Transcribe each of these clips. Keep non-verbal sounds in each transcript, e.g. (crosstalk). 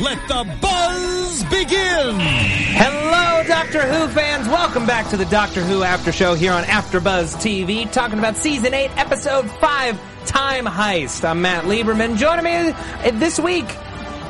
let the buzz begin. Hello, Doctor Who fans. Welcome back to the Doctor Who After Show here on AfterBuzz TV, talking about Season 8, Episode 5, Time Heist. I'm Matt Lieberman. Joining me uh, this week,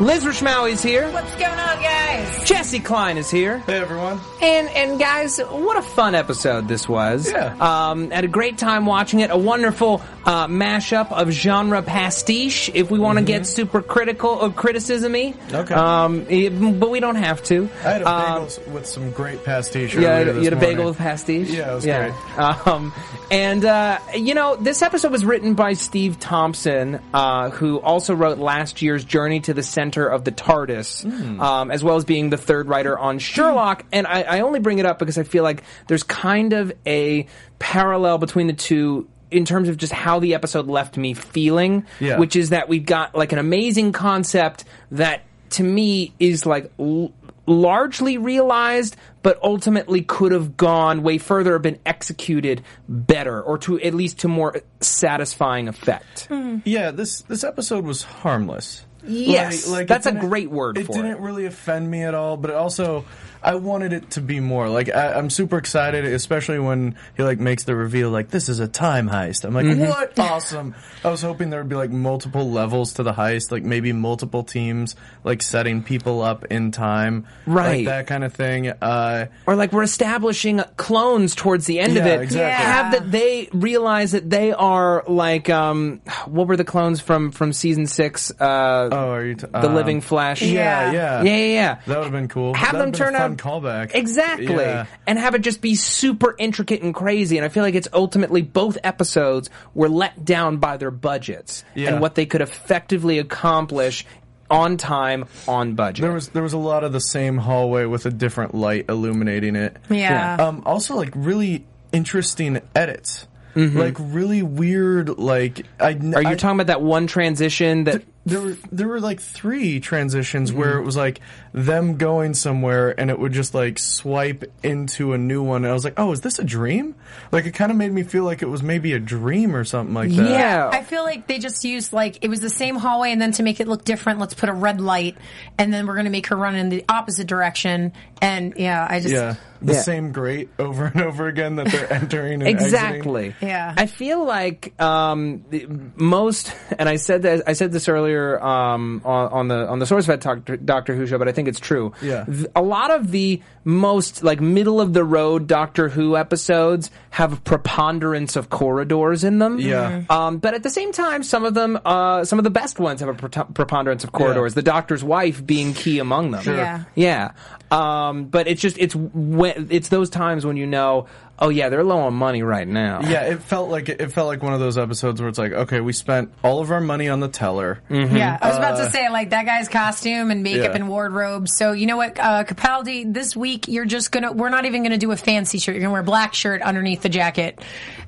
Liz Rishmau is here. What's going on, guys? Jesse Klein is here. Hey, everyone. And and guys, what a fun episode this was. Yeah. Um, had a great time watching it. A wonderful uh, mashup of genre pastiche, if we want to get super critical or criticism-y. Mm-hmm. Okay. Um, eh, but we don't have to. I had a Um, bagel s- with some great pastiche. yeah, earlier you had a this bagel morning. with pastiche. Yeah, it was Um, and uh, you know, this episode was written by Steve Thompson, uh, who also wrote last year's Journey to the Center of the TARDIS, Hmm. um, as well as being the third writer on Sherlock. And I, I only bring it up because I feel like there's kind of a parallel between the two. In terms of just how the episode left me feeling, Yeah. which is that we've got like an amazing concept that to me is like l- largely realized but ultimately could have gone way further or been executed better or to at least to more satisfying effect Yeah, this this episode was harmless. Yes, it that's a didn't- great word It for didn't it. really offend me at all, but it also I wanted it to be more. Like I, I'm super excited, especially when he like makes the reveal. Like this is a time heist. I'm like, Mm-hmm. (laughs) what? Awesome! I was hoping there would be like multiple levels to the heist, like maybe multiple teams, like setting people up in time, Right. Like that kind of thing. Uh, or like we're establishing clones towards the end of Yeah, it exactly. Yeah. have that they realize that they are like um what were the clones from from season 6 uh oh, are you t- the living flesh Yeah, yeah yeah. yeah yeah That would have been cool. have them That'd turn have out been a fun callback. exactly Yeah. and have it just be super intricate and crazy and i feel like it's ultimately both episodes were let down by their budgets Yeah. and what they could effectively accomplish on time on budget There was there was a lot of the same hallway with a different light illuminating it. Yeah. Yeah. Um, also, like really interesting edits. Like really weird. Like I. Mm-hmm. are you talking about that one transition that There were there were like three transitions Mm-hmm. where it was like them going somewhere and it would just like swipe into a new one. And I was like, oh, is this a dream? Like it kind of made me feel like it was maybe a dream or something like that. yeah I feel like they just used like it was the same hallway, and then to make it look different, let's put a red light, and then we're gonna make her run in the opposite direction. And yeah, I just Yeah. The Yeah. same grate over and over again that (laughs) they're entering and exiting. exactly Yeah. i feel like um the- most and i said that i said this earlier um on, on the on the source vet doctor, doctor who show but i think it's true Yeah. Th- a lot of the most like middle of the road doctor who episodes have a preponderance of corridors in them Yeah. Mm-hmm. Mhm. um but at the same time some of them uh some of the best ones have a pre- preponderance of corridors the doctor's wife being key among them Yeah. yeah, um, but it's just it's when, it's those times when you know, oh yeah, they're low on money right now. Yeah, it felt like it felt like one of those episodes where it's like, okay, we spent all of our money on the teller. Mm-hmm. yeah. I was about to say like that guy's costume and makeup Uh. yeah. and wardrobe. So you know what, uh, Capaldi, this week you're just gonna we're not even gonna do a fancy shirt. You're gonna wear a black shirt underneath the jacket.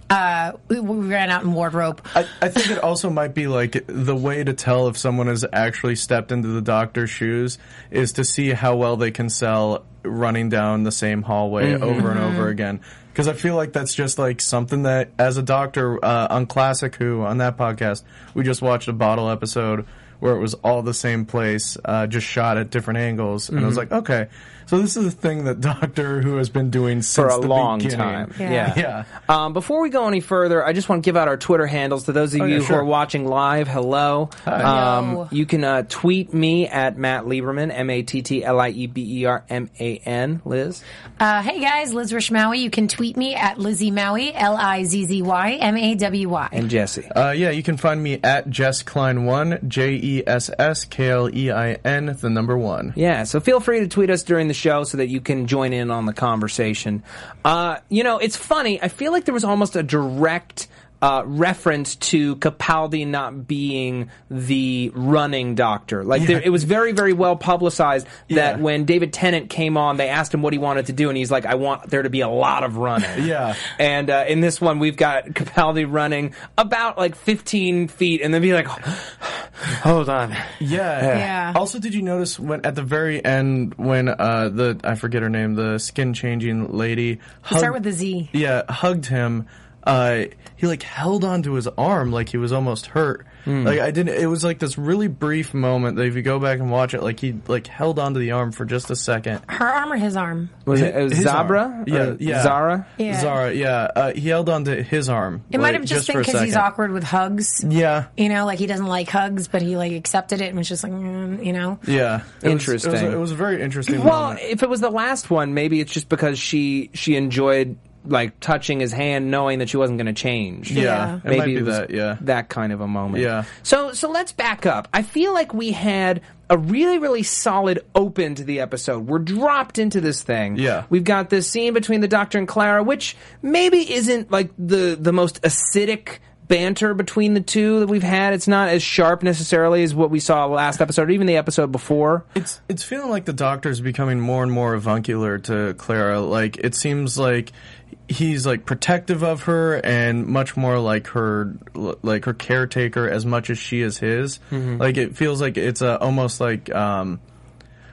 Uh, we, we ran out in wardrobe. I, I think it also might be like the way to tell if someone has actually stepped into the doctor's shoes is to see how well they can sell running down the same hallway Mm-hmm. over and over again. Because I feel like that's just like something that, as a doctor uh, on Classic Who on that podcast, we just watched a bottle Mm-hmm. episode where it was all the same place, uh, just shot at different angles, and I was like, okay, So this is a thing that (laughs) Doctor Who has been doing since for a the long beginning. time. Yeah. Yeah. Yeah. Um, before we go any further, I just want to give out our Twitter handles to those of you Oh, yeah, who sure. are watching live. Hello. Um, Yo. You can uh, tweet me at Matt Lieberman, M A T T L I E B E R M A N, Liz. Uh, hey guys, Liz Rish Maui. You can tweet me at Lizzie Maui, L I Z Z Y M A W Y. And Jesse. Uh, yeah, you can find me at Jess Klein one J E S S K L E I N the number one. Yeah, so feel free to tweet us during the show so that you can join in on the conversation. Uh, you know, it's funny. I feel like there was almost a direct uh, reference to Capaldi not being the running doctor. Like, there, it was very, very well publicized that Yeah. when David Tennant came on, they asked him what he wanted to do, and he's like, I want there to be a lot of running. Yeah. And uh, in this one, we've got Capaldi running about like 15 feet and then be like, hold on. Yeah. Yeah. Also, did you notice when at the very end when uh, the I forget her name, the skin changing lady, Start hugged- with a Z. yeah, hugged him. Uh, he like held onto his arm like he was almost hurt. Hmm. Like I didn't. It was like this really brief moment that if you go back and watch it, like he like held onto the arm for just a second. Her arm or his arm? Was it, it was His arm. Zabra? Yeah, Or yeah. Zara? Yeah. Zara, yeah, uh, he held onto his arm. It might have just, been because he's awkward with hugs. Yeah, You know, like he doesn't like hugs, but he like accepted it and was just like, mm, you know. yeah. It was- it was- Interesting. it was, a very interesting. Well, moment. if it was the last one, maybe it's just because she she enjoyed like touching his hand, knowing that she wasn't going to change. yeah. yeah, it maybe might be it was that. Yeah, that kind of a moment. Yeah. So so let's back up. I feel like we had a really really solid open to the episode. We're dropped into this thing. Yeah. We've got this scene between the Doctor and Clara, which maybe isn't like the the most acidic banter between the two that we've had. It's not as sharp necessarily as what we saw last episode or even the episode before. It's it's feeling like the doctor's becoming more and more avuncular to Clara. Like it seems like he's like protective of her and much more like her like her caretaker as much as she is his. Like it feels like it's uh almost like um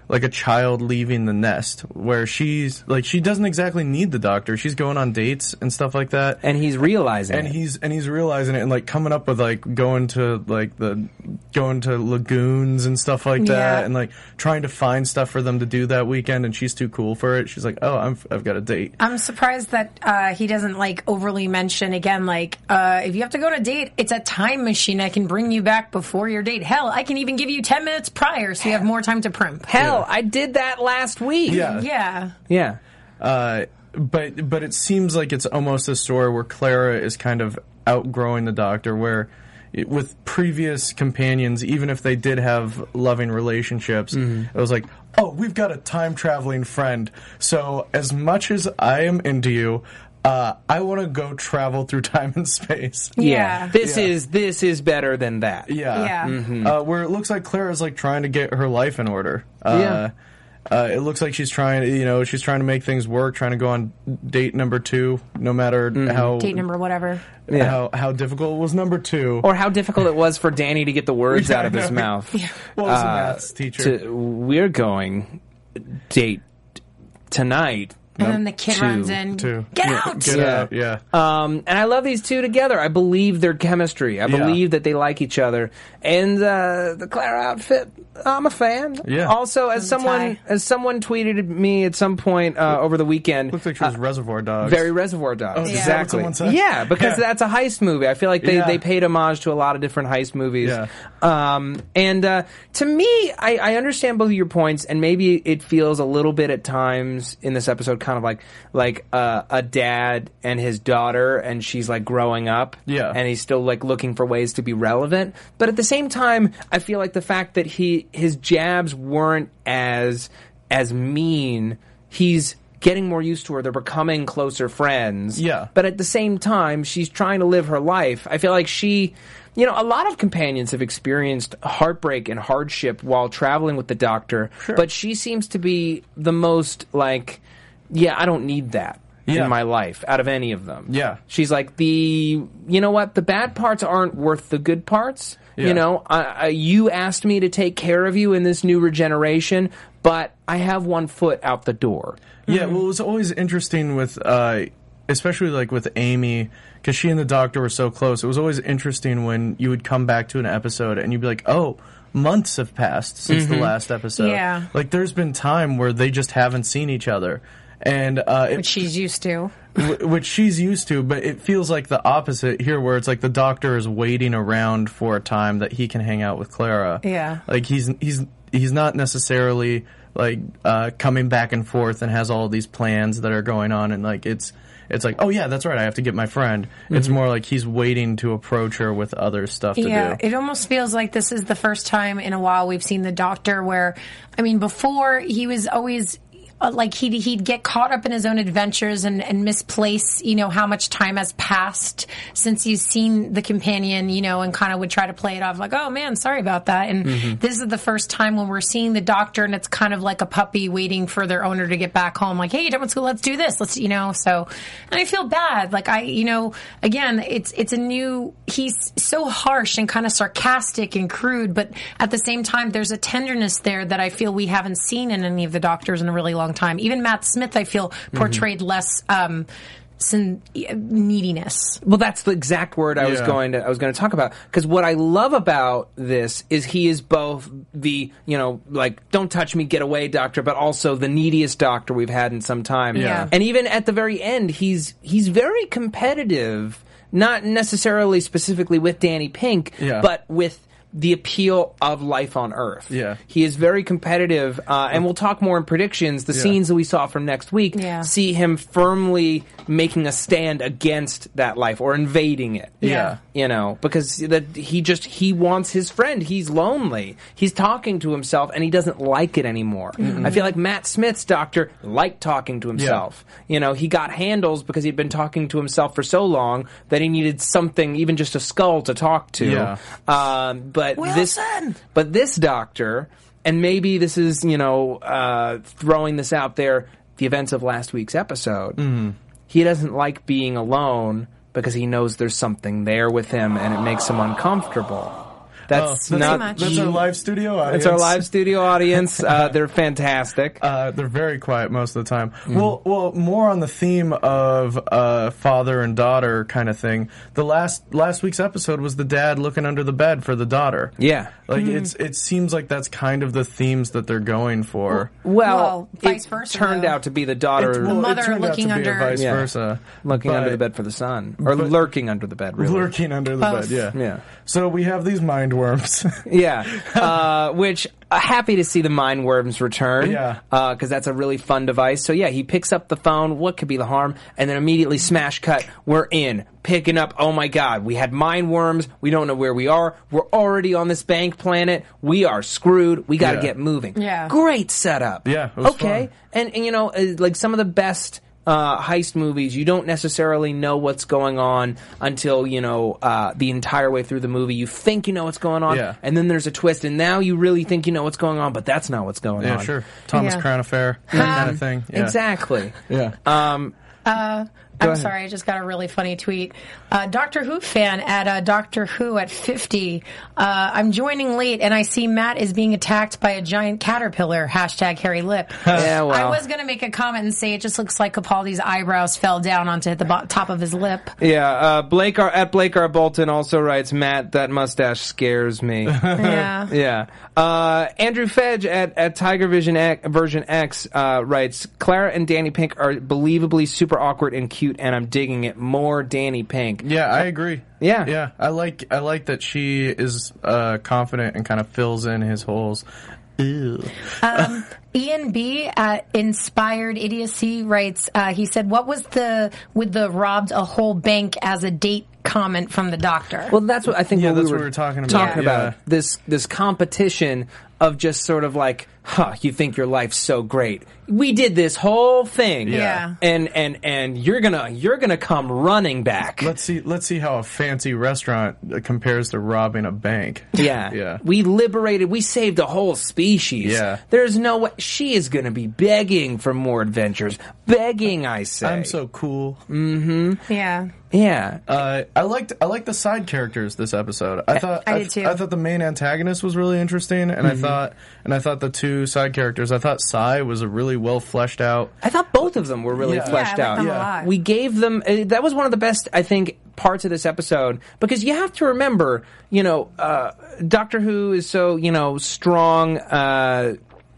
like a child leaving the nest where she's like she doesn't exactly need the doctor. She's going on dates and stuff like that. and he's realizing and it. he's and he's realizing it and like coming up with like going to like the going to lagoons and stuff like that Yeah. and like trying to find stuff for them to do that weekend and she's too cool for it she's like oh I'm, i've got a date I'm surprised that uh, he doesn't like overly mention again, like, uh, if you have to go on a date, it's a time machine. I can bring you back before your date. Hell, I can even give you 10 minutes prior so you have more time to primp. hell i did that last week yeah Yeah. yeah uh, but but it seems like it's almost a story where clara is kind of outgrowing the doctor where it, with previous companions even if they did have loving relationships it was like oh we've got a time traveling friend so as much as i am into you uh, i want to go travel through (laughs) time and space Yeah. this is this is better than that yeah. Yeah. Mhm. Mm-hmm. Uh, where it looks like Clara's like trying to get her life in order. Uh, Uh, it looks like she's trying, you know, she's trying to make things work, trying to go on date number two, no matter Mm-hmm. how Date number, whatever. how how difficult was number two. or how difficult it was for danny to get the words Yeah, out of I his know. mouth what was the Uh, maths teacher? to, we're going date tonight And then the kid Two. runs in. Two. Get Yeah, out! Get Yeah. out! Yeah. Um, and I love these two together. I believe their chemistry. I Yeah. believe that they like each other. And uh, the Clara outfit, I'm a fan. Yeah. Also, as the someone tie. as someone tweeted at me at some point uh, over the weekend, looks like she was Reservoir Dogs. uh, Very Reservoir Dogs. Oh, is that what exactly. someone said? Yeah, because that's a heist movie. I feel like they, Yeah. they paid homage to a lot of different heist movies. Yeah. Um, and uh, to me, I, I understand both of your points, and maybe it feels a little bit at times in this episode kind of like like uh, a dad and his daughter, and she's like growing up. Yeah. And he's still like looking for ways to be relevant. But at the same time, I feel like the fact that he his jabs weren't as as mean, he's getting more used to her. They're becoming closer friends. Yeah. But at the same time, she's trying to live her life. I feel like she you know, a lot of companions have experienced heartbreak and hardship while traveling with the doctor, but she seems to be the most like, yeah, I don't need that Yeah. in my life out of any of them. Yeah. She's like, the, you know what? The bad parts aren't worth the good parts. You Yeah. know, I, I, you asked me to take care of you in this new regeneration, but I have one foot out the door. Yeah, well, it was always interesting with, uh, especially like with Amy, because she and the doctor were so close. It was always interesting when you would come back to an episode and you'd be like, oh, months have passed since the last episode. Yeah. Like there's been time where they just haven't seen each other. And uh, it, which she's used to. wh- which she's used to, but it feels like the opposite here, where it's like the doctor is waiting around for a time that he can hang out with Clara. Yeah. like he's he's he's not necessarily like uh, coming back and forth and has all these plans that are going on, and like it's it's like oh yeah, that's right, I have to get my friend. It's more like he's waiting to approach her with other stuff to Mm-hmm. yeah, do. it almost feels like this is the first time in a while we've seen the doctor where, I mean, before he was always. Uh, like he'd he'd get caught up in his own adventures and, and misplace you know how much time has passed since he's seen the companion you know and kind of would try to play it off like oh man sorry about that and Mm-hmm. this is the first time when we're seeing the doctor and it's kind of like a puppy waiting for their owner to get back home like hey you done with school let's do this let's you know so and I feel bad like I you know again it's it's a new he's so harsh and kind of sarcastic and crude, but at the same time, there's a tenderness there that I feel we haven't seen in any of the doctors in a really long time. Even Matt Smith, I feel, portrayed less um, sin- neediness. Well, that's the exact word I was Yeah. going to I was going to talk about because what I love about this is he is both the you know like don't touch me, get away, doctor, but also the neediest doctor we've had in some time. Yeah. and even at the very end, he's he's very competitive, not necessarily specifically with Danny Pink, Yeah. but with. The appeal of life on Earth. Yeah. he is very competitive, uh, and we'll talk more in predictions. The scenes that we saw from next week Yeah. see him firmly making a stand against that life or invading it. Yeah. You know, because that he just he wants his friend. He's lonely. He's talking to himself and he doesn't like it anymore. Mm-hmm. I feel like Matt Smith's doctor liked talking to himself. You know, he got handles because he'd been talking to himself for so long that he needed something, even just a skull to talk to. Yeah. Um, but Wilson! this but this doctor, and maybe this is, you know, uh, throwing this out there, the events of last week's episode, Mm-hmm. he doesn't like being alone because he knows there's something there with him and it makes him uncomfortable. Oh, That's not. much. that's our live studio audience. It's our live studio (laughs) audience. Uh, they're fantastic. Uh, they're very quiet most of the time. Mm. Well, well, more on the theme of uh, father and daughter kind of thing. The last last week's episode was the dad looking under the bed for the daughter. yeah. Mm. like it's it seems like that's kind of the themes that they're going for. Well, Well, vice it versa, turned though. out to be the daughter It- well, it mother turned out to looking be a under- vice Yeah. versa, looking under but- the bed for the sun, or but- lurking under the bed, really. lurking under the Both. bed. Yeah, Yeah. So we have these mind worms. (laughs) Yeah, uh, which uh, happy to see the mind worms return. Yeah. because that's a really fun device. So yeah, he picks up the phone. What could be the harm? And then immediately smash cut. We're in picking up. Oh my god, we had mind worms. We don't know where we are. We're already on this bank planet. We are screwed. We got to Yeah. get moving. Yeah. great setup. Yeah, it was okay, fun. and, and you know, uh, like some of the best. Uh, heist movies, you don't necessarily know what's going on until, you know, uh, the entire way through the movie. You think you know what's going on, Yeah. and then there's a twist, and now you really think you know what's going on, but that's not what's going yeah, on. sure. Thomas Yeah. Crown Affair that kind of thing. Yeah. Exactly. Yeah. I'm ahead. sorry, I just got a really funny tweet. Uh, Doctor Who fan at uh, Doctor Who at 50. Uh, I'm joining late and I see Matt is being attacked by a giant caterpillar. Hashtag hairy lip. (laughs) Yeah, well. I was going to make a comment and say it just looks like Capaldi's eyebrows fell down onto the bo- top of his lip. Yeah, uh, Blake R- at Blake R. Bolton also writes, Matt, that mustache scares (laughs) me. Yeah. yeah. Uh, Andrew Fedge at, at Tiger Vision X, Version X uh, writes, Clara and Danny Pink are believably super awkward and cute, and I'm digging it. More Danny Pink. Yeah, I agree. Yeah. yeah, I like I like that she is uh, confident and kind of fills in his holes. Ew. Um, Ian B at Inspired Idiocy writes, uh, he said, What was the, with the robbed a whole bank as a date comment from the doctor? Well, that's what I think. Yeah, what that's we were what we were talking about, Talking yeah. about this this competition of just sort of like, huh, you think your life's so great. We did this whole thing, Yeah. and and and you're gonna you're gonna come running back. Let's see. Let's see how a fancy restaurant uh, compares to robbing a bank. yeah, (laughs) yeah. We liberated. We saved a whole species. Yeah. There's no way she is gonna be begging for more adventures. Begging, I say. I'm so cool. yeah. yeah. Uh, I liked I liked the side characters this episode. I thought I I, did th- too. I thought the main antagonist was really interesting, and I Mm-hmm. thought and I thought the two side characters. I thought Sai was a really well fleshed out. I thought both of them were really Yeah. fleshed Yeah, I out. like them a Yeah. lot. We gave them uh, that was one of the best I think parts of this episode because you have to remember, you know, uh, Doctor Who is so you know strong. Uh,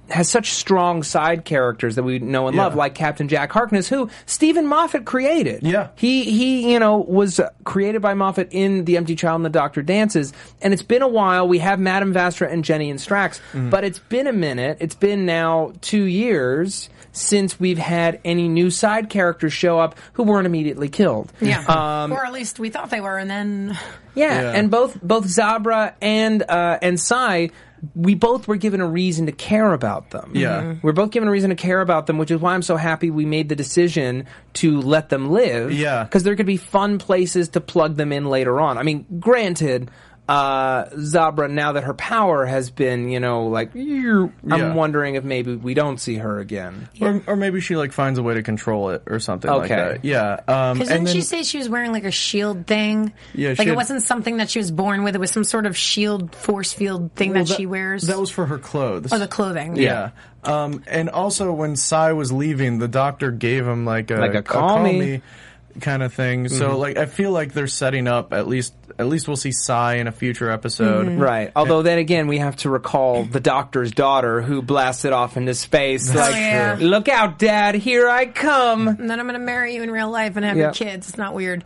has such strong side characters that we know and love, Yeah. like Captain Jack Harkness, who Stephen Moffat created. Yeah. he he, you know, was uh, created by Moffat in The Empty Child and the Doctor Dances, and it's been a while. We have Madame Vastra and Jenny and Strax, but it's been a minute. It's been now two years since we've had any new side characters show up who weren't immediately killed. Uh, Yeah. or at least we thought they were, and then Yeah, Yeah. and both both Zabra and uh, and Sai, we both were given a reason to care about them. Mm-hmm. Yeah. Mhm. we're both given a reason to care about them, which is why I'm so happy we made the decision to let them live. Yeah. because there could be fun places to plug them in later on. I mean, granted. Uh, Zabra, now that her power has been, you know, like, I'm Yeah. wondering if maybe we don't see her again. Or, or maybe she like finds a way to control it or something like Okay. that. Yeah. Um, and Because didn't then, she say she was wearing like a shield thing? Yeah, she like it had- wasn't something that she was born with. It was some sort of shield force field thing Well, that, she wears. That was for her clothes. or the clothing. Yeah. Um, and also when Sai was leaving, the doctor gave him like a Like a call me. Mm-hmm. kind of thing. So like I feel like they're setting up at least at least we'll see Sai in a future episode. Mm-hmm. Right. Although then again, we have to recall the doctor's daughter who blasted off into space. like, yeah. true. look out, Dad! Here I come. And then I'm going to marry you in real life and have Yeah. your kids. It's not weird.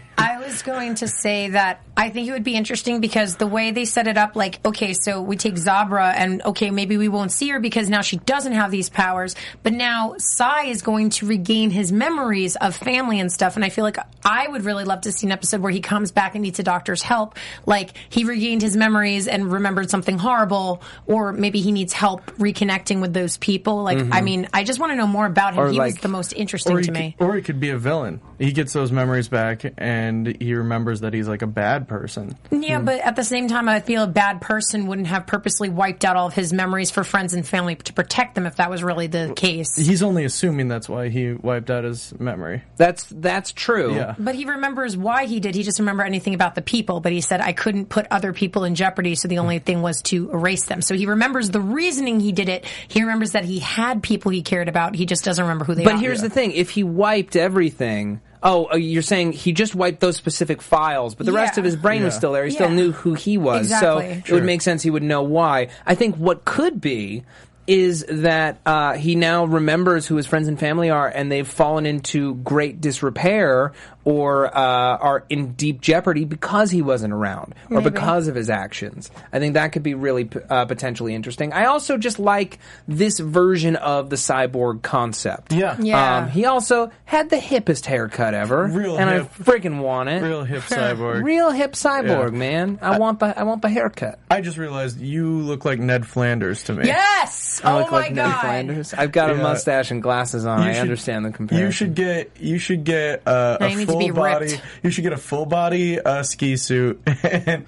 Um, I was going to say that I think it would be interesting because the way they set it up, like, okay, so we take Zabra and okay, maybe we won't see her because now she doesn't have these powers, but now Sai is going to regain his memories of family and stuff. And I feel like I would really love to see an episode where he comes back and needs a doctor's help. Like, he regained his memories and remembered something horrible, or maybe he needs help reconnecting with those people. Like, I mean, I just want to know more about him. Mm-hmm. Or he was like- the most interesting Or to he, me. could, or he could be a villain. He gets those memories back and he remembers that he's like a bad person. Yeah, Hmm. but at the same time, I feel a bad person wouldn't have purposely wiped out all of his memories for friends and family to protect them if that was really the case. He's only assuming that's why he wiped out his memory. That's that's true. Yeah. but he remembers why he did. He just remember anything about the people. But he said, I couldn't put other people in jeopardy, so the only thing was to erase them. So he remembers the reasoning he did it. He remembers that he had people he cared about. He just doesn't remember who they But are. here's the thing: if he wiped everything, oh, uh, you're saying he just wiped those specific files, but the rest Yeah. of his brain was Yeah. still there. He still Yeah. knew who he was, so Exactly. it would make sense he would know why. I think what could be is that uh, he now remembers who his friends and family are, and they've fallen into great disrepair or uh, are in deep jeopardy because he wasn't around or because of his actions. I think that could be really p- uh, potentially interesting. I also just like this version of the cyborg concept. Yeah. Yeah. Um, he also had the hippest haircut ever, Real and hip. I freaking want it. (laughs) Real hip cyborg. Real hip cyborg, Yeah. man. I, want the I want the haircut. I just realized you look like Ned Flanders to me. yes. I oh look my like Ned god. Flanders. I've got a Yeah. mustache and glasses on. You I should- understand the comparison. You should get you should get uh, Now a you need to full be body. ripped. You should get a full body uh, ski suit. (laughs) and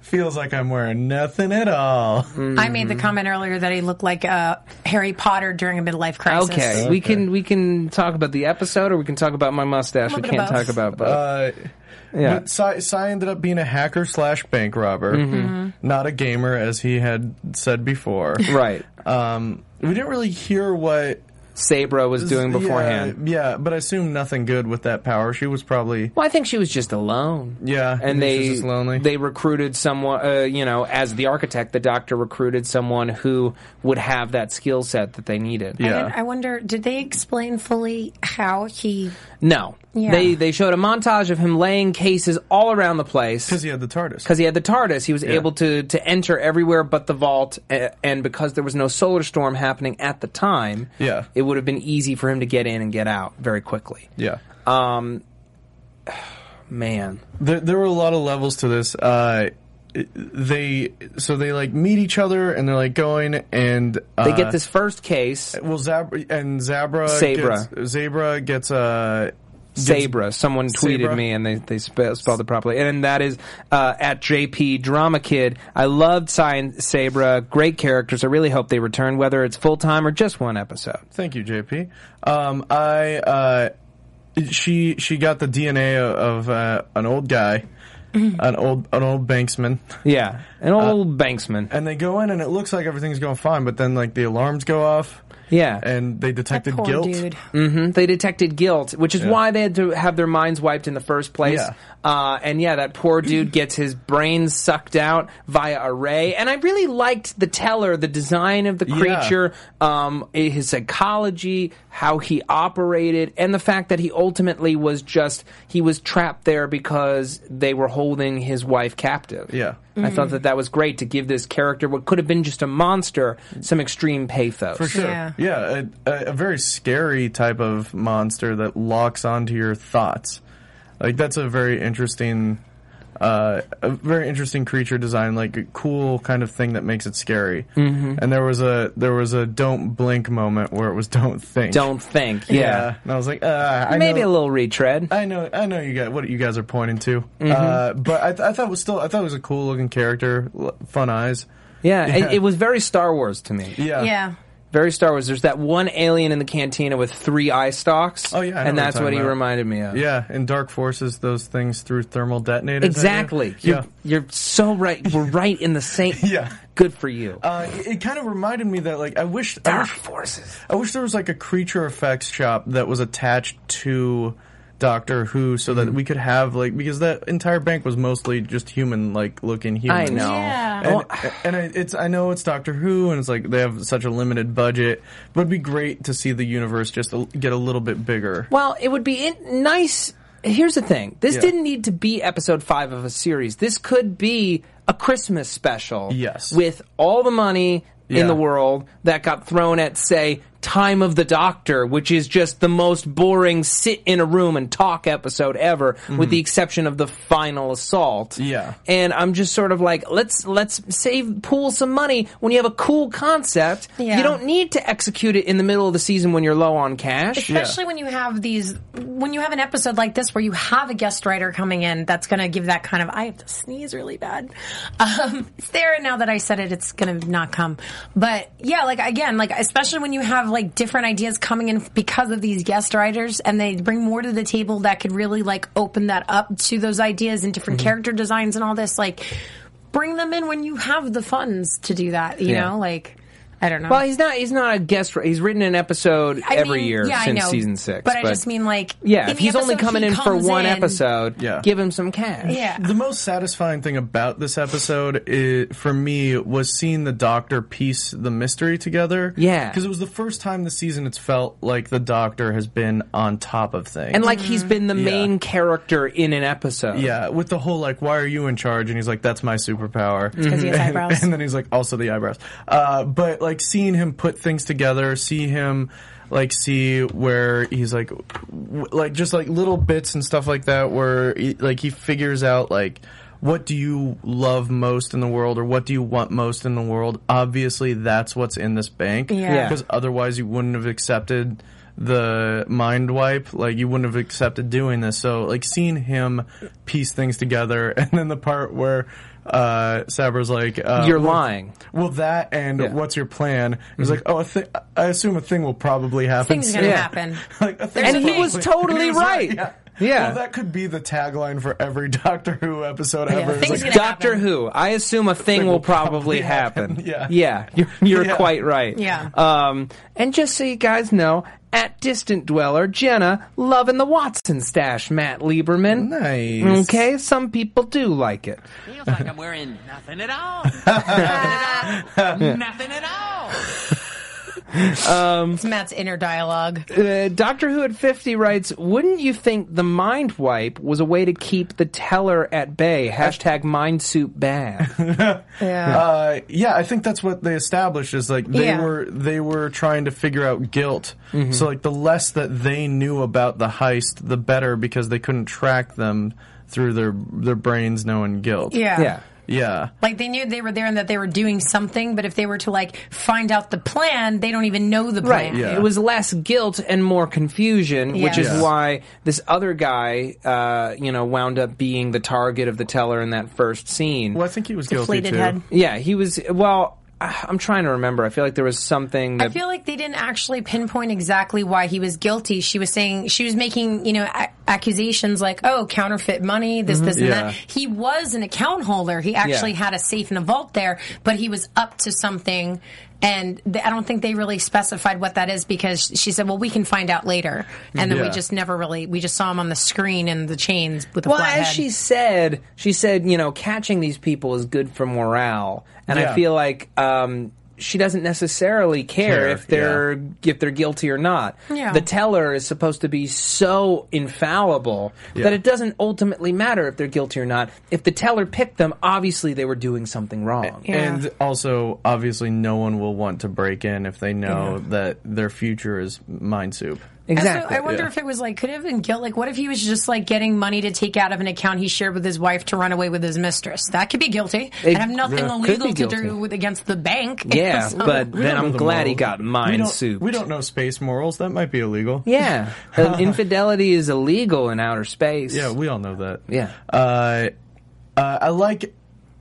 Feels like I'm wearing nothing at all. Mm. I made the Mm-hmm. comment earlier that he looked like uh, Harry Potter during a midlife crisis. Okay, we can we can talk about the episode, or we can talk about my mustache. We little bit can't of talk both. about both. Uh, yeah, Mm-hmm. But Sai, Sai ended up being a hacker slash bank robber, Mm-hmm. not a gamer, as he had said before. (laughs) right. Um, we didn't really hear what Sabra was doing uh, beforehand. Yeah, yeah, but I assume nothing good with that power. She was probably Well, I think she was just alone. Yeah, I and think she they was just lonely. they recruited someone. Uh, you know, as the architect, the doctor recruited someone who would have that skill set that they needed. Yeah. And I wonder, did they explain fully how he No, Yeah. they they showed a montage of him laying cases all around the place. because he had the TARDIS. because he had the TARDIS, he was able to to enter everywhere but the vault, a- and because there was no solar storm happening at the time, Yeah. it would have been easy for him to get in and get out very quickly. yeah. Man, There, there were a lot of levels to this. Uh, they so they like meet each other and they're like going and uh, they get this first case, Well, Zabra and Zabra Sabra. gets, Zabra gets uh, Sabra. Someone tweeted Sabra? me and they, they spe- spelled it properly. And that is uh, at JP Drama Kid. I loved Cyan Sabra. Great characters. I really hope they return, whether it's full time or just one episode. Thank you, JP. Um, I uh, she she got the DNA of uh, an old guy, an old an old banksman, Yeah. An old banksman. and they go in and it looks like everything's going fine, but then like the alarms go off. Yeah. and they detected poor guilt. dude. They detected guilt, which is why they had to have their minds wiped in the first place. Yeah. Uh, and yeah, that poor (clears throat) dude gets his brains sucked out via a ray. And I really liked the teller, the design of the creature, um, i- his psychology, how he operated, and the fact that he ultimately was just he was trapped there because they were holding his wife captive. Yeah. I thought that that was great to give this character what could have been just a monster some extreme pathos. For sure. Yeah. Yeah, a, a, a very scary type of monster that locks onto your thoughts. Like that's a very interesting, uh, a very interesting creature design. Like a cool kind of thing that makes it scary. Mm-hmm. And there was a there was a don't blink moment where it was (laughs) don't think. Don't think. Yeah. Yeah. And I was like, uh, I Maybe know- a little retread. I know, I know you got what you guys are pointing to, Mm-hmm. uh, but I, th- I thought it was still, I thought it was a cool looking character, l- fun eyes. Yeah, It, it was very Star Wars to me. Yeah, Yeah. Very Star Wars. There's that one alien in the cantina with three eye stalks. Oh, yeah, I know what and you're that's what, talking he about. reminded me of. Yeah, and Dark Forces those things through thermal detonators. I guess. exactly. You're, Yeah. you're so right. We're right in the same. (laughs) Yeah. good for you. Uh, it- it kind of reminded me that like I wish I Dark wish, forces. I wish there was like a creature effects shop that was attached to Doctor Who so Hmm. that we could have like because that entire bank was mostly just human like looking I humans. know. Yeah. And, and I, it's I know it's Doctor Who and it's like they have such a limited budget, but it'd be great to see the universe just a- get a little bit bigger. Well, it would be in- nice. Here's the thing. This Yeah. didn't need to be episode five of a series. This could be a Christmas special. Yes. With all the money Yeah. in the world that got thrown at, say, Time of the Doctor, which is just the most boring sit in a room and talk episode ever, with the exception of the final assault. Mm-hmm. Yeah. And I'm just sort of like, let's let's save pool some money when you have a cool concept. Yeah. You don't need to execute it in the middle of the season when you're low on cash. Especially when you have these, when you have an episode like this where you have a guest writer coming in that's going to give that kind of, I have to sneeze really bad. (laughs) Um, it's there and now that I said it, it's going to not come. But yeah, like again, like especially when you have like different ideas coming in because of these guest writers and they bring more to the table that could really like open that up to those ideas and different character designs and all this, like bring them in when you have the funds to do that, you Yeah. know, like. I don't know. Well, he's not. He's not a guest. wri- He's written an episode I every mean, year yeah, I since know, season six. But, I just mean like, in yeah, if the he's only episode coming he in for comes one in- episode, Yeah. give him some cash. Yeah. (laughs) The most satisfying thing about this episode i for me was seeing the Doctor piece the mystery together. Yeah. Because it was the first time this season it's felt like the Doctor has been on top of things. and like Mm-hmm. he's been the main character in an episode. yeah, with the whole like, why are you in charge? And he's like, that's my superpower. because he has eyebrows. (laughs) and then he's like, also the eyebrows. Uh, but like seeing him put things together, see him like see where he's like, w- like just like little bits and stuff like that, where he, like he figures out like. What do you love most in the world, or what do you want most in the world? Obviously, that's what's in this bank. Yeah. Yeah. Because otherwise, you wouldn't have accepted the mind wipe. Like, you wouldn't have accepted doing this. So, like, seeing him piece things together, (laughs) and then the part where uh, Sabra's like, uh, You're well- lying. Well, that and Yeah. Mm-hmm. what's your plan? He's like, oh, a thi- I assume a thing will probably happen. Things gonna soon." happen. (laughs) Like, a thing And will he was probably- (laughs) totally He was right. Yeah. Yeah. Well, that could be the tagline for every (laughs) Doctor Who episode ever. It's Things like, gonna Doctor happen. Who. I assume a thing will probably happen. (laughs) Yeah. Yeah. You're, you're Yeah. quite right. Yeah. Um, and just so you guys know, at Distant Dweller, Jenna, loving the Watson stash, Matt Lieberman. Nice. Okay, some people do like it. Feels like I'm wearing nothing at all. nothing at all. nothing at all. It's Matt's inner dialogue. Uh, Doctor Who at 50 writes, wouldn't you think the mind wipe was a way to keep the teller at bay? Hashtag mind soup bad. Yeah. Uh, yeah, I think that's what they established is like they Yeah. were they were trying to figure out guilt. Mm-hmm. So like the less that they knew about the heist, the better because they couldn't track them through their their brains knowing guilt. yeah. yeah. Yeah. Like they knew they were there and that they were doing something, but if they were to like find out the plan, they don't even know the plan. Right. Yeah. It was less guilt and more confusion, which is Yeah. Yeah. why this other guy, uh, you know, wound up being the target of the teller in that first scene. Well, I think he was guilty Deflated too. head. Yeah, he was. Well, I- I'm trying to remember. I feel like there was something that. I feel like they didn't actually pinpoint exactly why he was guilty. She was saying she was making, you know, a- accusations like, "Oh, counterfeit money, this, this, and Mm-hmm. Yeah. that." He was an account holder. He actually Yeah. had a safe in a vault there, but he was up to something And th- I don't think they really specified what that is because she said, "Well, we can find out later." And then we Yeah. just never really we just saw him on the screen in the chains with the Well, flat as head. she said, she said, you know, catching these people is good for morale, and I Yeah. feel like um, she doesn't necessarily care, Care, if they're if they're guilty or not. Yeah. The teller is supposed to be so infallible that Yeah. it doesn't ultimately matter if they're guilty or not. If the teller picked them, obviously they were doing something wrong. And also, obviously, no one will want to break in if they know that their future is mine soup. Exactly. Also, I wonder yeah. if it was like could it have been guilt. Like, what if he was just like getting money to take out of an account he shared with his wife to run away with his mistress? That could be guilty It and have nothing could illegal be to guilty. do with against the bank. yeah, (laughs) So- but then I'm glad he got we mine don't, soup. We don't know space morals. That might be illegal. (laughs) Yeah, Uh, infidelity is illegal in outer space. Yeah, we all know that. Yeah. Uh, uh, I like.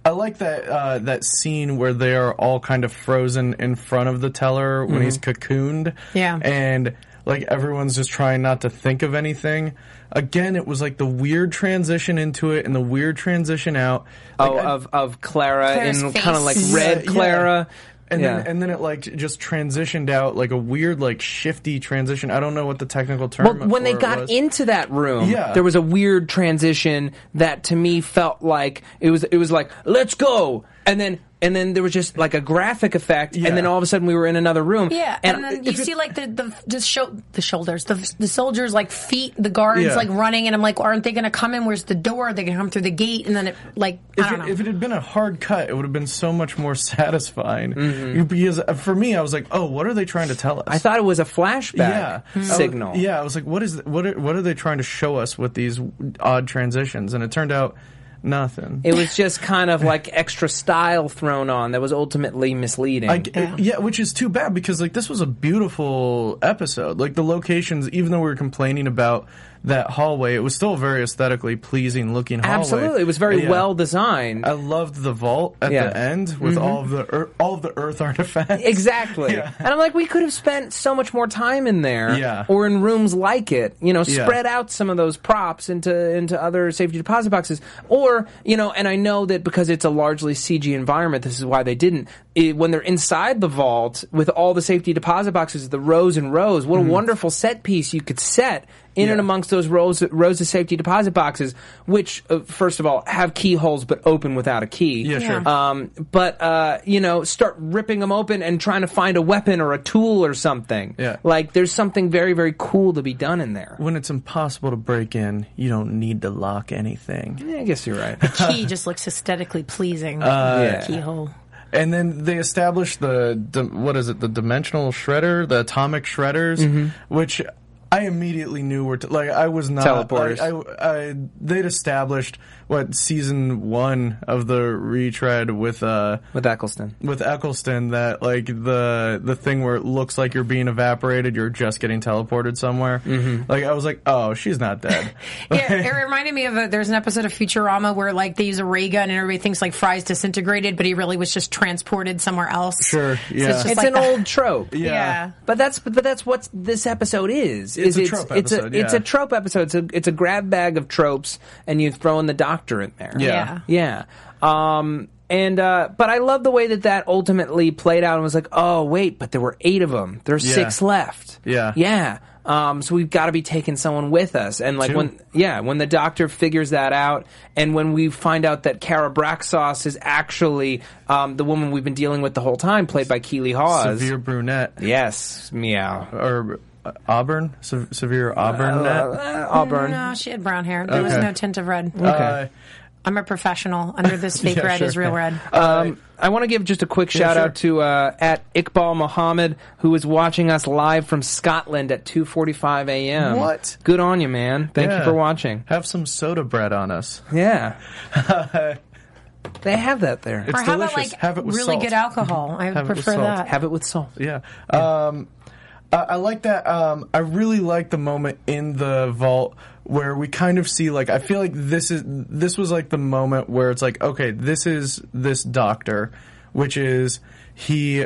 I like that uh, that scene where they are all kind of frozen in front of the teller when he's Mm-hmm. cocooned. Yeah. and like everyone's just trying not to think of anything. Again, it was like the weird transition into it and the weird transition out. Like, Oh, I- of of Clara Clara's in kind of face. like Yeah, red yeah. Clara. And yeah. then and then it like just transitioned out like a weird like shifty transition. I don't know what the technical term. well, when they for it got was. into that room, Yeah. there was a weird transition that to me felt like it was it was like let's go, and then and then there was just like a graphic effect, Yeah. and then all of a sudden we were in another room. Yeah, and, then you if it- see like the the, the, sho- the shoulders, the the soldiers like feet, the guards Yeah. like running, and I'm like, aren't they going to come in? Where's the door? Are they going to come through the gate? And then it like I If don't it, know. if it had been a hard cut, it would have been so much more (laughs) satisfying. You- Because uh, for me, I was like, "Oh, what are they trying to tell us?" Mm-hmm. I thought it was a flashback yeah, Hmm. I was- signal. yeah, I was like, "What is? th- What are, what are they trying to show us with these odd transitions?" And it turned out nothing. It was just kind of like extra style thrown on that was ultimately misleading. I g- yeah. which is too bad because like this was a beautiful episode. Like the locations, even though we were complaining about that hallway, it was still a very aesthetically pleasing looking hallway. Absolutely, it was very Yeah. well designed. I loved the vault at Yeah. Mm-hmm. the end with all of the ear- all of the earth (laughs) artifacts. (laughs) Exactly. Yeah. And I'm like, we could have spent so much more time in there Yeah. or in rooms like it, you know, Yeah. spread out some of those props into into other safety deposit boxes. Or, you know, and I know that because it's a largely CG environment, this is why they didn't. It- when they're inside the vault with all the safety deposit boxes, the rows and rows, what a wonderful set piece you could set in and Mm-hmm. Yeah. amongst those rows rows of safety deposit boxes, which uh, first of all have keyholes but open without a key. Yeah, sure. Yeah. Um, but uh, you know, start ripping them open and trying to find a weapon or a tool or something. Yeah. Like there's something very very cool to be done in there. When it's impossible to break in, you don't need to lock anything. Yeah, I guess you're right. Key just looks aesthetically pleasing. yeah. Keyhole. And then they established the di- what is it? The dimensional shredder, the atomic shredders, Mm-hmm. which I immediately knew were t- like I was not Teleporters. Like, I, I, they'd established what season one of the retread with uh (laughs) With Eccleston. with Eccleston that like the the thing where it looks like you're being evaporated, you're just getting teleported somewhere. Mm-hmm. Like I was like, oh, she's (laughs) not dead. Yeah, it reminded me of a, there's an episode of Futurama where like they use a ray gun and everybody thinks like Fry's disintegrated, but he really was just transported somewhere else. Sure, yeah. So it's just It's like an the- old trope. Yeah. Yeah. But that's but that's what this episode is. It's is a trope it's, episode, It's a, it's a yeah. trope episode. It's a it's a grab bag of tropes, and you throw in the doctor in there. Yeah. Yeah. Um, and uh, but I love the way that that ultimately played out and was like, oh wait, but there were eight of them. There's Yeah. six left. Yeah. Yeah. Um, so we've got to be taking someone with us, and like Two. when yeah, when the doctor figures that out, and when we find out that Cara Braxos is actually um, the woman we've been dealing with the whole time, played by Keeley Hawes. Severe brunette Yes, meow. or uh, Auburn, Se- severe Auburn. net. Uh, Auburn. No, she had brown hair. There was Okay. no tint of red. Uh, I'm a professional. Under this fake (laughs) Yeah, red sure. Uh, is real red. Um, I want to give just a quick shout out to uh, at Iqbal Muhammad, who is watching us live from Scotland at 2:45 a.m. What? Good on you, man! Thank you yeah. for watching. Have some soda bread on us. Yeah, (laughs) they have that there. or how about like delicious. Have it with really salt. good alcohol? I Have it with prefer salt. that. have it with salt. Yeah. Um, I, I like that. Um, I really like the moment in the vault where we kind of see like I feel like this is this was like the moment where it's like okay this is this doctor, which is he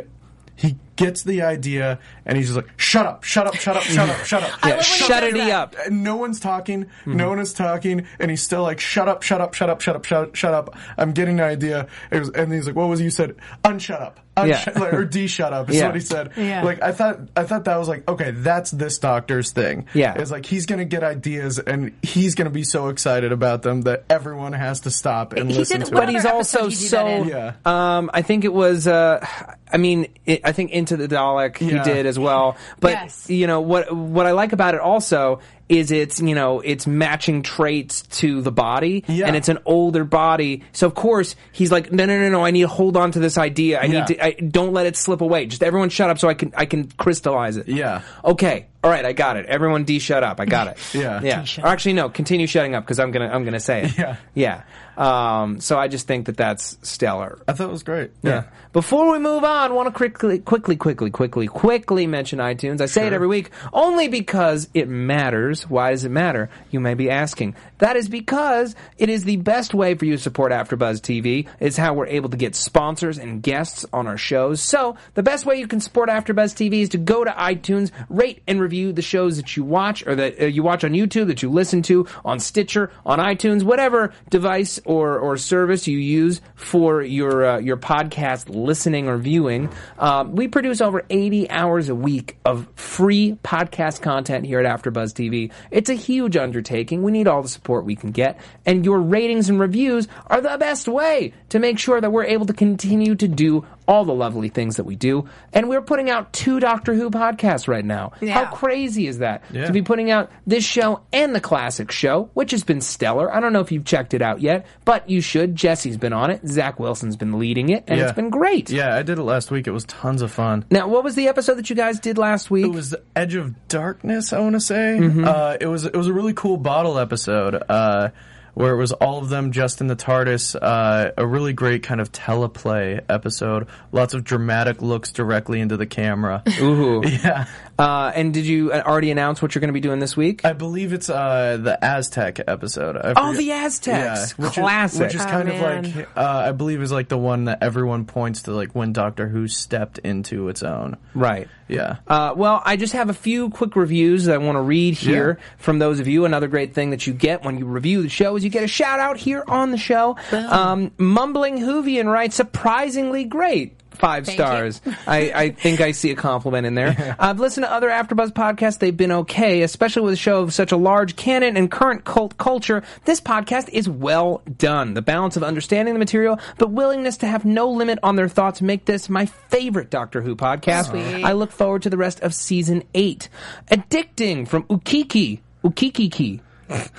he gets the idea and he's just like, shut up, shut up, shut up, shut up, (laughs) shut up. I love when he shut does it that. up. Mm-hmm. And no one's talking. No one is talking, and he's still like, "Shut up! Shut up! Shut up! Shut up! Shut up! Shut up!" I'm getting an idea. It was, and he's like, "What was it you said? Unshut up, Unshut- (laughs) Yeah. like, or de shut up?" Is Yeah. what he said. Yeah. Like I thought, I thought that was like, okay, that's this doctor's thing. Yeah. it's like he's gonna get ideas, and he's gonna be so excited about them that everyone has to stop and He listen did- to. what it. but he's other also episode he did so. that in? Yeah. Um, I think it was. Uh, I mean, it, I think Into the Dalek Yeah. he did as well. But Yes. you know what? What I like about it also is it's you know it's matching traits to the body, Yeah. and it's an older body. So of course he's like, no, no, no, no. I need to hold on to this idea. I Yeah. need to. I, don't let it slip away. Just everyone shut up so I can I can crystallize it. Yeah. Okay. All right. I got it. Everyone, d shut up. I got it. (laughs) Yeah. Yeah. Or actually, no. Continue shutting up because I'm gonna I'm gonna say it. Yeah. Yeah. Um, so I just think that that's stellar. I thought it was great. Yeah. Before we move on, want to quickly, quickly, quickly, quickly, quickly mention iTunes. I say it every week only because it matters. Why does it matter? You may be asking. That is because it is the best way for you to support AfterBuzz TV. It's how we're able to get sponsors and guests on our shows. So the best way you can support AfterBuzz TV is to go to iTunes, rate and review the shows that you watch or that uh, you watch on YouTube, that you listen to on Stitcher, on iTunes, whatever device or, or service you use for your uh, your podcast listening or viewing. Um, we produce over 80 hours a week of free podcast content here at AfterBuzz TV. It's a huge undertaking. We need all the support we can get, and your ratings and reviews are the best way to make sure that we're able to continue to do all the lovely things that we do. And we're putting out two Doctor Who podcasts right now. Yeah. How crazy is that? Yeah. To be putting out this show and the classic show, which has been stellar. I don't know if you've checked it out yet, but you should. Jesse's been on it. Zach Wilson's been leading it, and it's been great. Yeah, I did it last week. It was tons of fun. Now, what was the episode that you guys did last week? It was the Edge of Darkness. I want to say Mm-hmm. uh, it was it was a really cool bottle episode uh, where it was all of them just in the TARDIS. Uh, a really great kind of teleplay episode. Lots of dramatic looks directly into the camera. Ooh. Yeah. Uh, and did you uh, already announce what you're going to be doing this week? I believe it's uh, the Aztec episode. I Oh, forget- the Aztecs. which is- Classic. which is kind Oh, of man. like uh, I believe is like the one that everyone points to, like when Doctor Who stepped into its own. right. Yeah. Uh, well, I just have a few quick reviews that I want to read here from those of you. Another great thing that you get when you review the show is you get a shout out here on the show. Um, Mumbling Hoovian writes, surprisingly great. Five you. stars. I, I think I see a compliment in there. I've listened to other AfterBuzz podcasts; they've been okay, especially with a show of such a large canon and current cult culture. This podcast is well done. The balance of understanding the material, but willingness to have no limit on their thoughts, make this my favorite Doctor Who podcast. I look forward to the rest of season eight. Addicting from Ukiki. Ukikiki.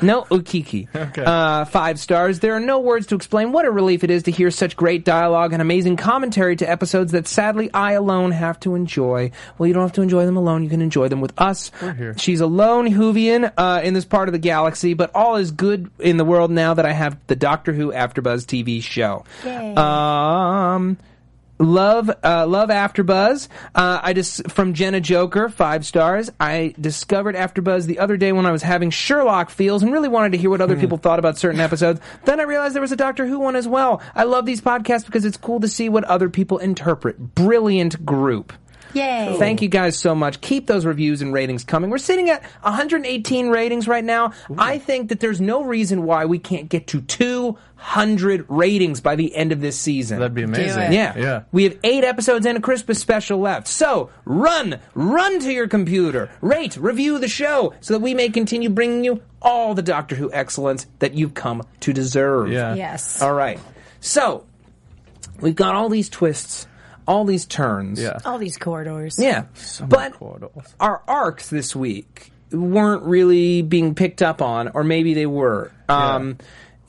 No, Ukiki. Uh, five stars. There are no words to explain what a relief it is to hear such great dialogue and amazing commentary to episodes that sadly I alone have to enjoy. Well, you don't have to enjoy them alone. You can enjoy them with us. She's a lone Hoovian uh, in this part of the galaxy, but all is good in the world now that I have the Doctor Who AfterBuzz TV show. Um, Love, uh, love AfterBuzz. Uh, I just from Jenna Joker, five stars. I discovered AfterBuzz the other day when I was having Sherlock feels and really wanted to hear what other Hmm. people thought about certain episodes. Then I realized there was a Doctor Who one as well. I love these podcasts because it's cool to see what other people interpret. Brilliant group. Yay. Thank you guys so much. Keep those reviews and ratings coming. We're sitting at 118 ratings right now. I think that there's no reason why we can't get to 200 ratings by the end of this season. That'd be amazing. it. Yeah. Yeah. We have eight episodes and a Christmas special left. So run, run to your computer, rate, review the show so that we may continue bringing you all the Doctor Who excellence that you've come to deserve. Yeah. Yes. All right. So we've got all these twists, all these turns. Yeah. All these corridors. Yeah. but corridors. our arcs this week weren't really being picked up on, or maybe they were. Um,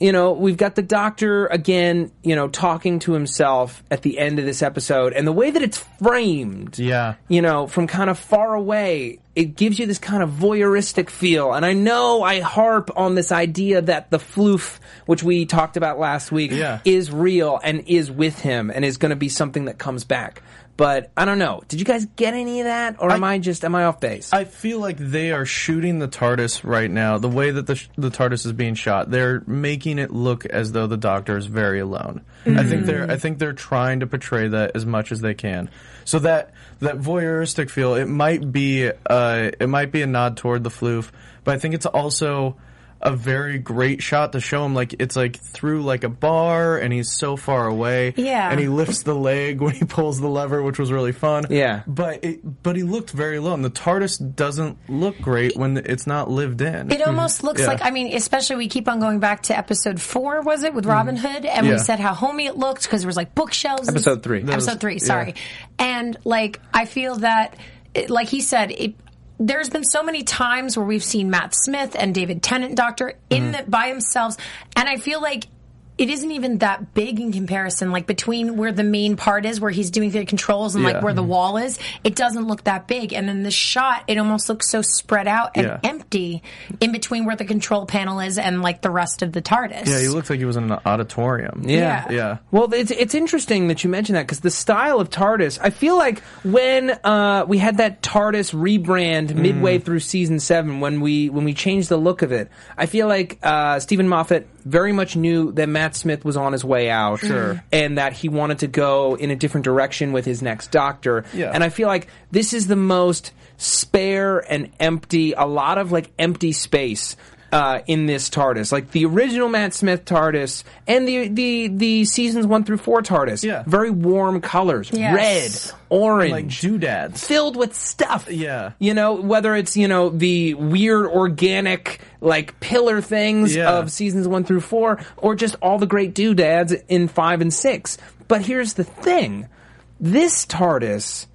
You know, we've got the doctor again, you know, talking to himself at the end of this episode, and the way that it's framed Yeah. you know, from kind of far away, it gives you this kind of voyeuristic feel. And I know I harp on this idea that the floof, which we talked about last week, Yeah. is real and is with him and is going to be something that comes back. But I don't know. Did you guys get any of that, or am I just am I off base? I feel like they are shooting the TARDIS right now. The way that the sh- the TARDIS is being shot, they're making it look as though the Doctor is very alone. I think they're I think they're trying to portray that as much as they can. So that that voyeuristic feel, it might be uh, it might be a nod toward the floof, but I think it's also a very great shot to show him like it's like through like a bar and he's so far away Yeah. and he lifts the leg when he pulls the lever which was really fun Yeah. but it, but he looked very low, and the TARDIS doesn't look great when it's not lived in. It almost looks Mm-hmm. Yeah. like, I mean, especially we keep on going back to episode four, was it, with Robin Hood? And Mm-hmm. Yeah. we said how homey it looked because there was like bookshelves. and- Episode three. That was- episode three, sorry. And like, I feel that, it, like he said, it, there's been so many times where we've seen Matt Smith and David Tennant Doctor Mm-hmm. in the, by themselves. And I feel like it isn't even that big in comparison. Like between where the main part is, where he's doing the controls, and Yeah. Mm-hmm. like where the wall is, it doesn't look that big. And in the shot, it almost looks so spread out and Yeah. empty in between where the control panel is and like the rest of the TARDIS. yeah, he looked like he was in an auditorium. Yeah. yeah. Well, it's it's interesting that you mentioned that because the style of TARDIS, I feel like when uh, we had that TARDIS rebrand Mm. midway through season seven, when we when we changed the look of it, I feel like uh, Stephen Moffat very much knew that Matt Smith was on his way out, Sure. and that he wanted to go in a different direction with his next Doctor. Yeah. And I feel like this is the most spare and empty, a lot of like empty space uh, in this TARDIS. Like the original Matt Smith TARDIS and the the the seasons one through four TARDIS. Yeah. Very warm colors, Yes. red, orange, like doodads. filled with stuff. Yeah. You know, whether it's, you know, the weird organic, like, pillar things Yeah. of seasons one through four, or just all the great doodads in five and six. But here's the thing this TARDIS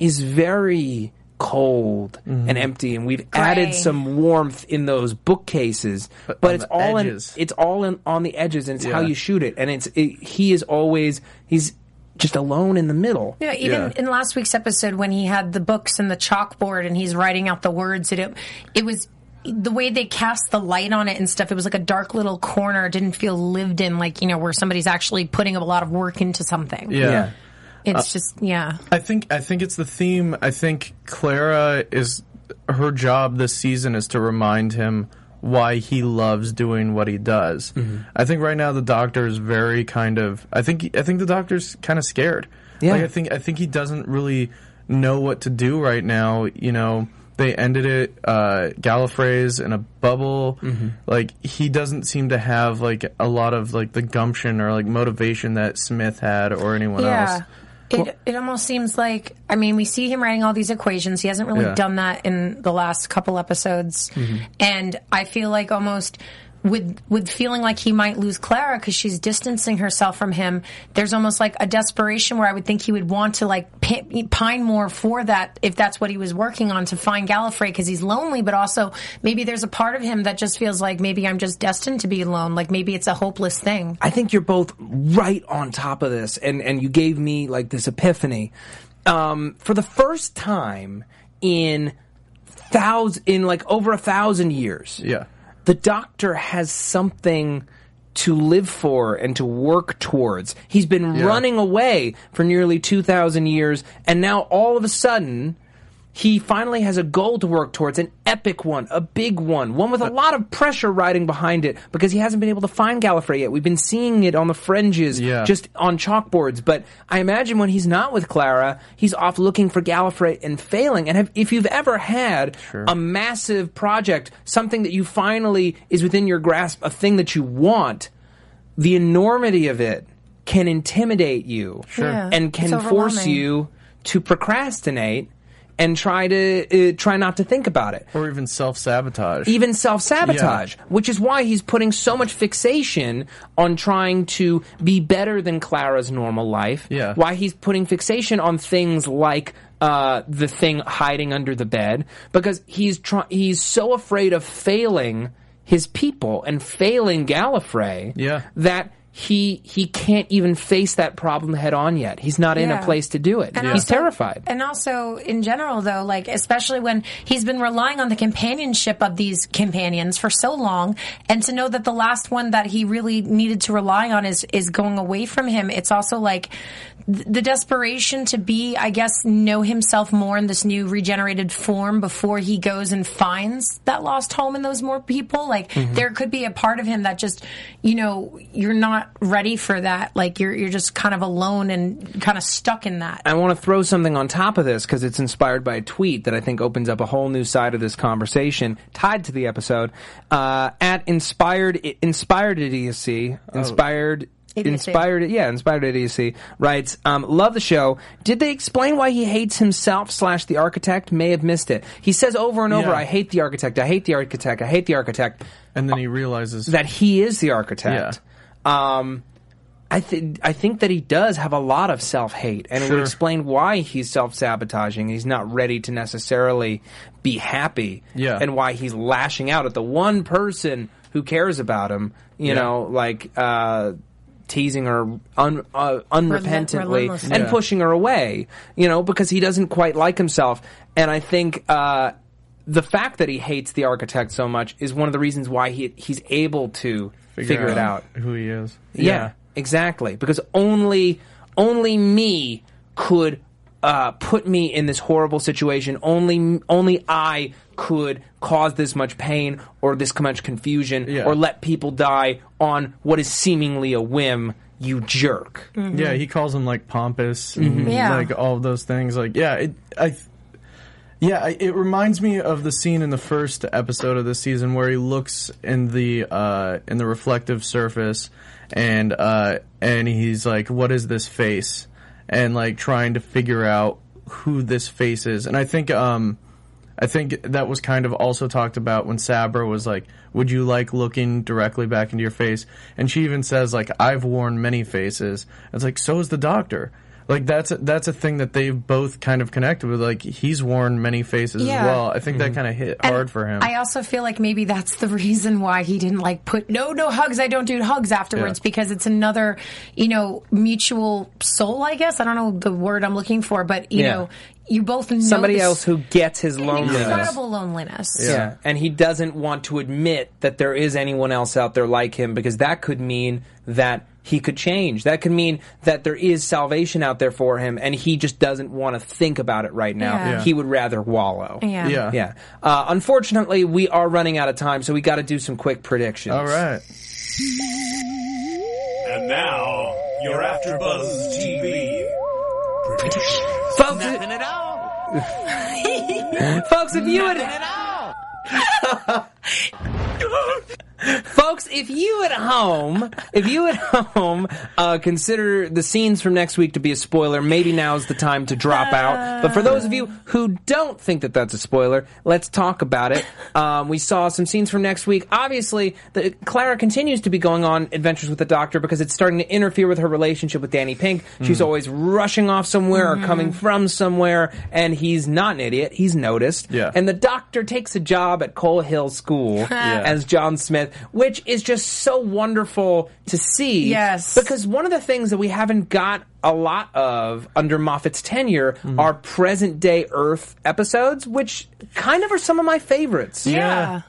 is very cold Mm-hmm. and empty and we've added some warmth in those bookcases but, on it's the all edges. in it's all in on the edges and it's how Yeah. you shoot it and it's it, he is always he's just alone in the middle Yeah, even Yeah. in last week's episode when he had the books and the chalkboard and he's writing out the words, it it was the way they cast the light on it and stuff. It was like a dark little corner. It didn't feel lived in, like you know, where somebody's actually putting a lot of work into something. yeah. it's just yeah. I think I think it's the theme. I think Clara is her job this season is to remind him why he loves doing what he does. I think right now the doctor is very kind of I think I think the doctor's kind of scared. Yeah. Like I think I think he doesn't really know what to do right now, you know. They ended it uh Gallifrey's in a bubble. Like he doesn't seem to have like a lot of like the gumption or like motivation that Smith had or anyone Yeah. else. It, it almost seems like I mean we see him writing all these equations. He hasn't really Yeah. Mm-hmm. done that in the last couple episodes, and I feel like almost with with feeling like he might lose Clara because she's distancing herself from him. There's almost like a desperation where I would think he would want to like pi- pine more for that if that's what he was working on to find Gallifrey because he's lonely, but also maybe there's a part of him that just feels like maybe I'm just destined to be alone. Like maybe it's a hopeless thing. I think you're both right on top of this, and and you gave me like this epiphany. Um, for the first time in thousand, in like over a thousand years, Yeah. the doctor has something to live for and to work towards. He's been running away for nearly 2,000 years, and now all of a sudden, he finally has a goal to work towards an epic one, a big one, one with a lot of pressure riding behind it because he hasn't been able to find Gallifrey yet. We've been seeing it on the fringes, Yeah. just on chalkboards. But I imagine when he's not with Clara, he's off looking for Gallifrey and failing. And have, if you've ever had a massive project, something that you finally is within your grasp, a thing that you want, the enormity of it can intimidate you Yeah, and can it's force overwhelming. you to procrastinate and try to uh, try not to think about it Or even self sabotage. even self sabotage, Yeah. which is why he's putting so much fixation on trying to be better than Clara's normal life. Yeah. Why he's putting fixation on things like uh, the thing hiding under the bed because he's try- he's so afraid of failing his people and failing Gallifrey Yeah. that he he can't even face that problem head on yet. He's not in a Yeah. place to do it. And He's also- terrified. And also, in general, though, like, especially when he's been relying on the companionship of these companions for so long, and to know that the last one that he really needed to rely on is, is going away from him, it's also like th- the desperation to be, I guess, know himself more in this new regenerated form before he goes and finds that lost home and those more people. Like, Mm-hmm. there could be a part of him that just, you know, you're not ready for that. Like, you're, you're just kind of alone and kind of stuck in that. I want to throw something on top of this because it's inspired by a tweet that I think opens up a whole new side of this conversation tied to the episode. Uh, at inspired inspired idiocy inspired. Idiocy. Inspired, yeah, inspired idiocy writes. Um, love the show. Did they explain why he hates himself slash the architect? May have missed it. He says over and over, Yeah. "I hate the architect. I hate the architect. I hate the architect." and then he realizes that he is the architect. Um, I think I think that he does have a lot of self hate, and it would Sure. explain why he's self sabotaging. He's not ready to necessarily be happy, Yeah. and why he's lashing out at the one person who cares about him. You Yeah. know, like. Uh, Teasing her un, uh, unrepentantly relentlessly. and Yeah. pushing her away, you know, because he doesn't quite like himself. And I think uh, the fact that he hates the architect so much is one of the reasons why he he's able to figure, it out. who he is. Yeah. exactly. Because only only me could uh, put me in this horrible situation. Only only I could cause this much pain or this much confusion Yeah. or let people die on what is seemingly a whim. You jerk. Yeah, he calls him like pompous, Mm-hmm. and, Yeah. like all of those things. Like, yeah, it, I, yeah, I, it reminds me of the scene in the first episode of this season where he looks in the uh, in the reflective surface, and uh, and he's like, "What is this face?" and like trying to figure out who this face is. And I think um, I think that was kind of also talked about when Sabra was like, "Would you like looking directly back into your face?" And she even says like, "I've worn many faces." It's like so is the doctor. Like that's a, that's a thing that they've both kind of connected with. Like he's worn many faces Yeah. as well. I think that kind of hit And hard for him. I also feel like maybe that's the reason why he didn't like put no, no hugs. I don't do hugs afterwards Yeah. because it's another, you know, mutual soul. I guess I don't know the word I'm looking for, but you Yeah. know, you both know Somebody this else who gets his loneliness. incredible loneliness. Yeah. And he doesn't want to admit that there is anyone else out there like him because that could mean that he could change. That could mean that there is salvation out there for him and he just doesn't want to think about it right now. Yeah. Yeah. He would rather wallow. Yeah. yeah. Yeah. Uh, unfortunately, we are running out of time, so we got to do some quick predictions. All right. And now, your AfterBuzz TV. Folks, Nothing at all. folks, if you would. At all. Folks, if you at home, if you at home uh, consider the scenes from next week to be a spoiler, maybe now is the time to drop out. But for those of you who don't think that that's a spoiler, let's talk about it. Um, we saw some scenes from next week. Obviously, the, Clara continues to be going on adventures with the Doctor because it's starting to interfere with her relationship with Danny Pink. She's always rushing off somewhere or coming from somewhere, and he's not an idiot. He's noticed. Yeah. And the Doctor takes a job at Coal Hill School as John Smith, which is just so wonderful to see. Yes. Because one of the things that we haven't got a lot of under Moffat's tenure are present day Earth episodes, which kind of are some of my favorites. Yeah.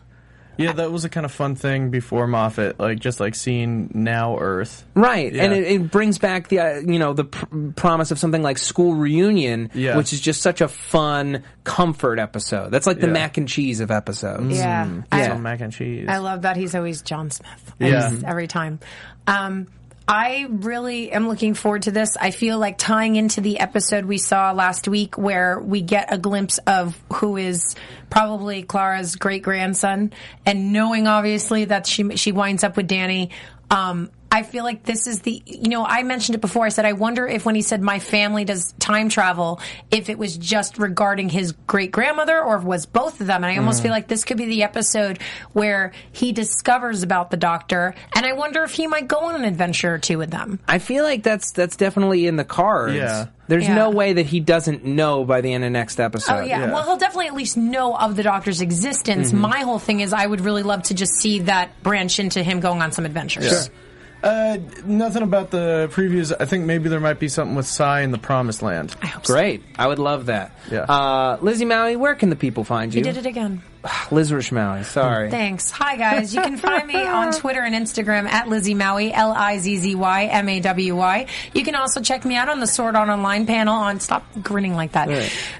Yeah, that was a kind of fun thing before Moffat, like just like seeing now Earth. Right, and Yeah. it, it brings back the uh, you know the pr- promise of something like school reunion, Yeah. which is just such a fun comfort episode. That's like the Yeah. mac and cheese of episodes. Yeah. Some mac and cheese. I love that he's always John Smith. I Yeah. just- every time. Um, I really am looking forward to this. I feel like tying into the episode we saw last week where we get a glimpse of who is probably Clara's great grandson and knowing obviously that she she winds up with Danny. Um, I feel like this is the you know I mentioned it before. I said I wonder if when he said my family does time travel, if it was just regarding his great grandmother or if it was both of them. And I almost feel like this could be the episode where he discovers about the doctor, and I wonder if he might go on an adventure or two with them. I feel like that's that's definitely in the cards. Yeah. There's Yeah. no way that he doesn't know by the end of next episode. Oh yeah. Well, he'll definitely at least know of the doctor's existence. My whole thing is I would really love to just see that branch into him going on some adventures. Yeah. Uh, nothing about the previews. I think maybe there might be something with Psy in the Promised Land. Great. I would love that. Yeah. Uh, Lizzie Maui, where can the people find you? You did it again. Lizrish Maui, sorry. Thanks. Hi, guys. You can find me on Twitter and Instagram at Lizzie Maui, L I Z Z Y M A W Y. You can also check me out on the Sword Art Online panel on. Stop grinning like that.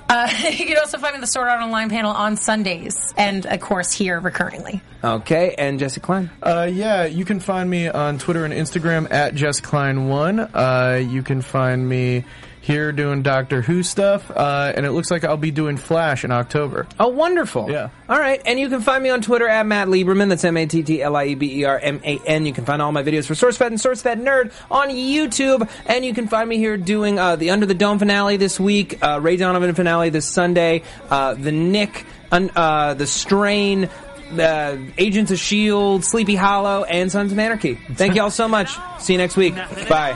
Uh, (laughs) you can also find me on the Sword Art Online panel on Sundays, and of course here recurringly. Okay, and Jesse Klein. Uh, yeah, you can find me on Twitter and Instagram at Jess Klein1. Uh, you can find me here doing Doctor Who stuff, uh, and it looks like I'll be doing Flash in October. Oh, wonderful. Yeah. All right. And you can find me on Twitter at Matt Lieberman. That's M A T T L I E B E R M A N. You can find all my videos for SourceFed and SourceFed Nerd on YouTube. And you can find me here doing uh, the Under the Dome finale this week, uh, Ray Donovan finale this Sunday, uh, the Nick, un- uh, the Strain, the Agents of S.H.I.E.L.D., E Sleepy Hollow, and Sons of Anarchy. Thank you all so much. See you next week. Bye.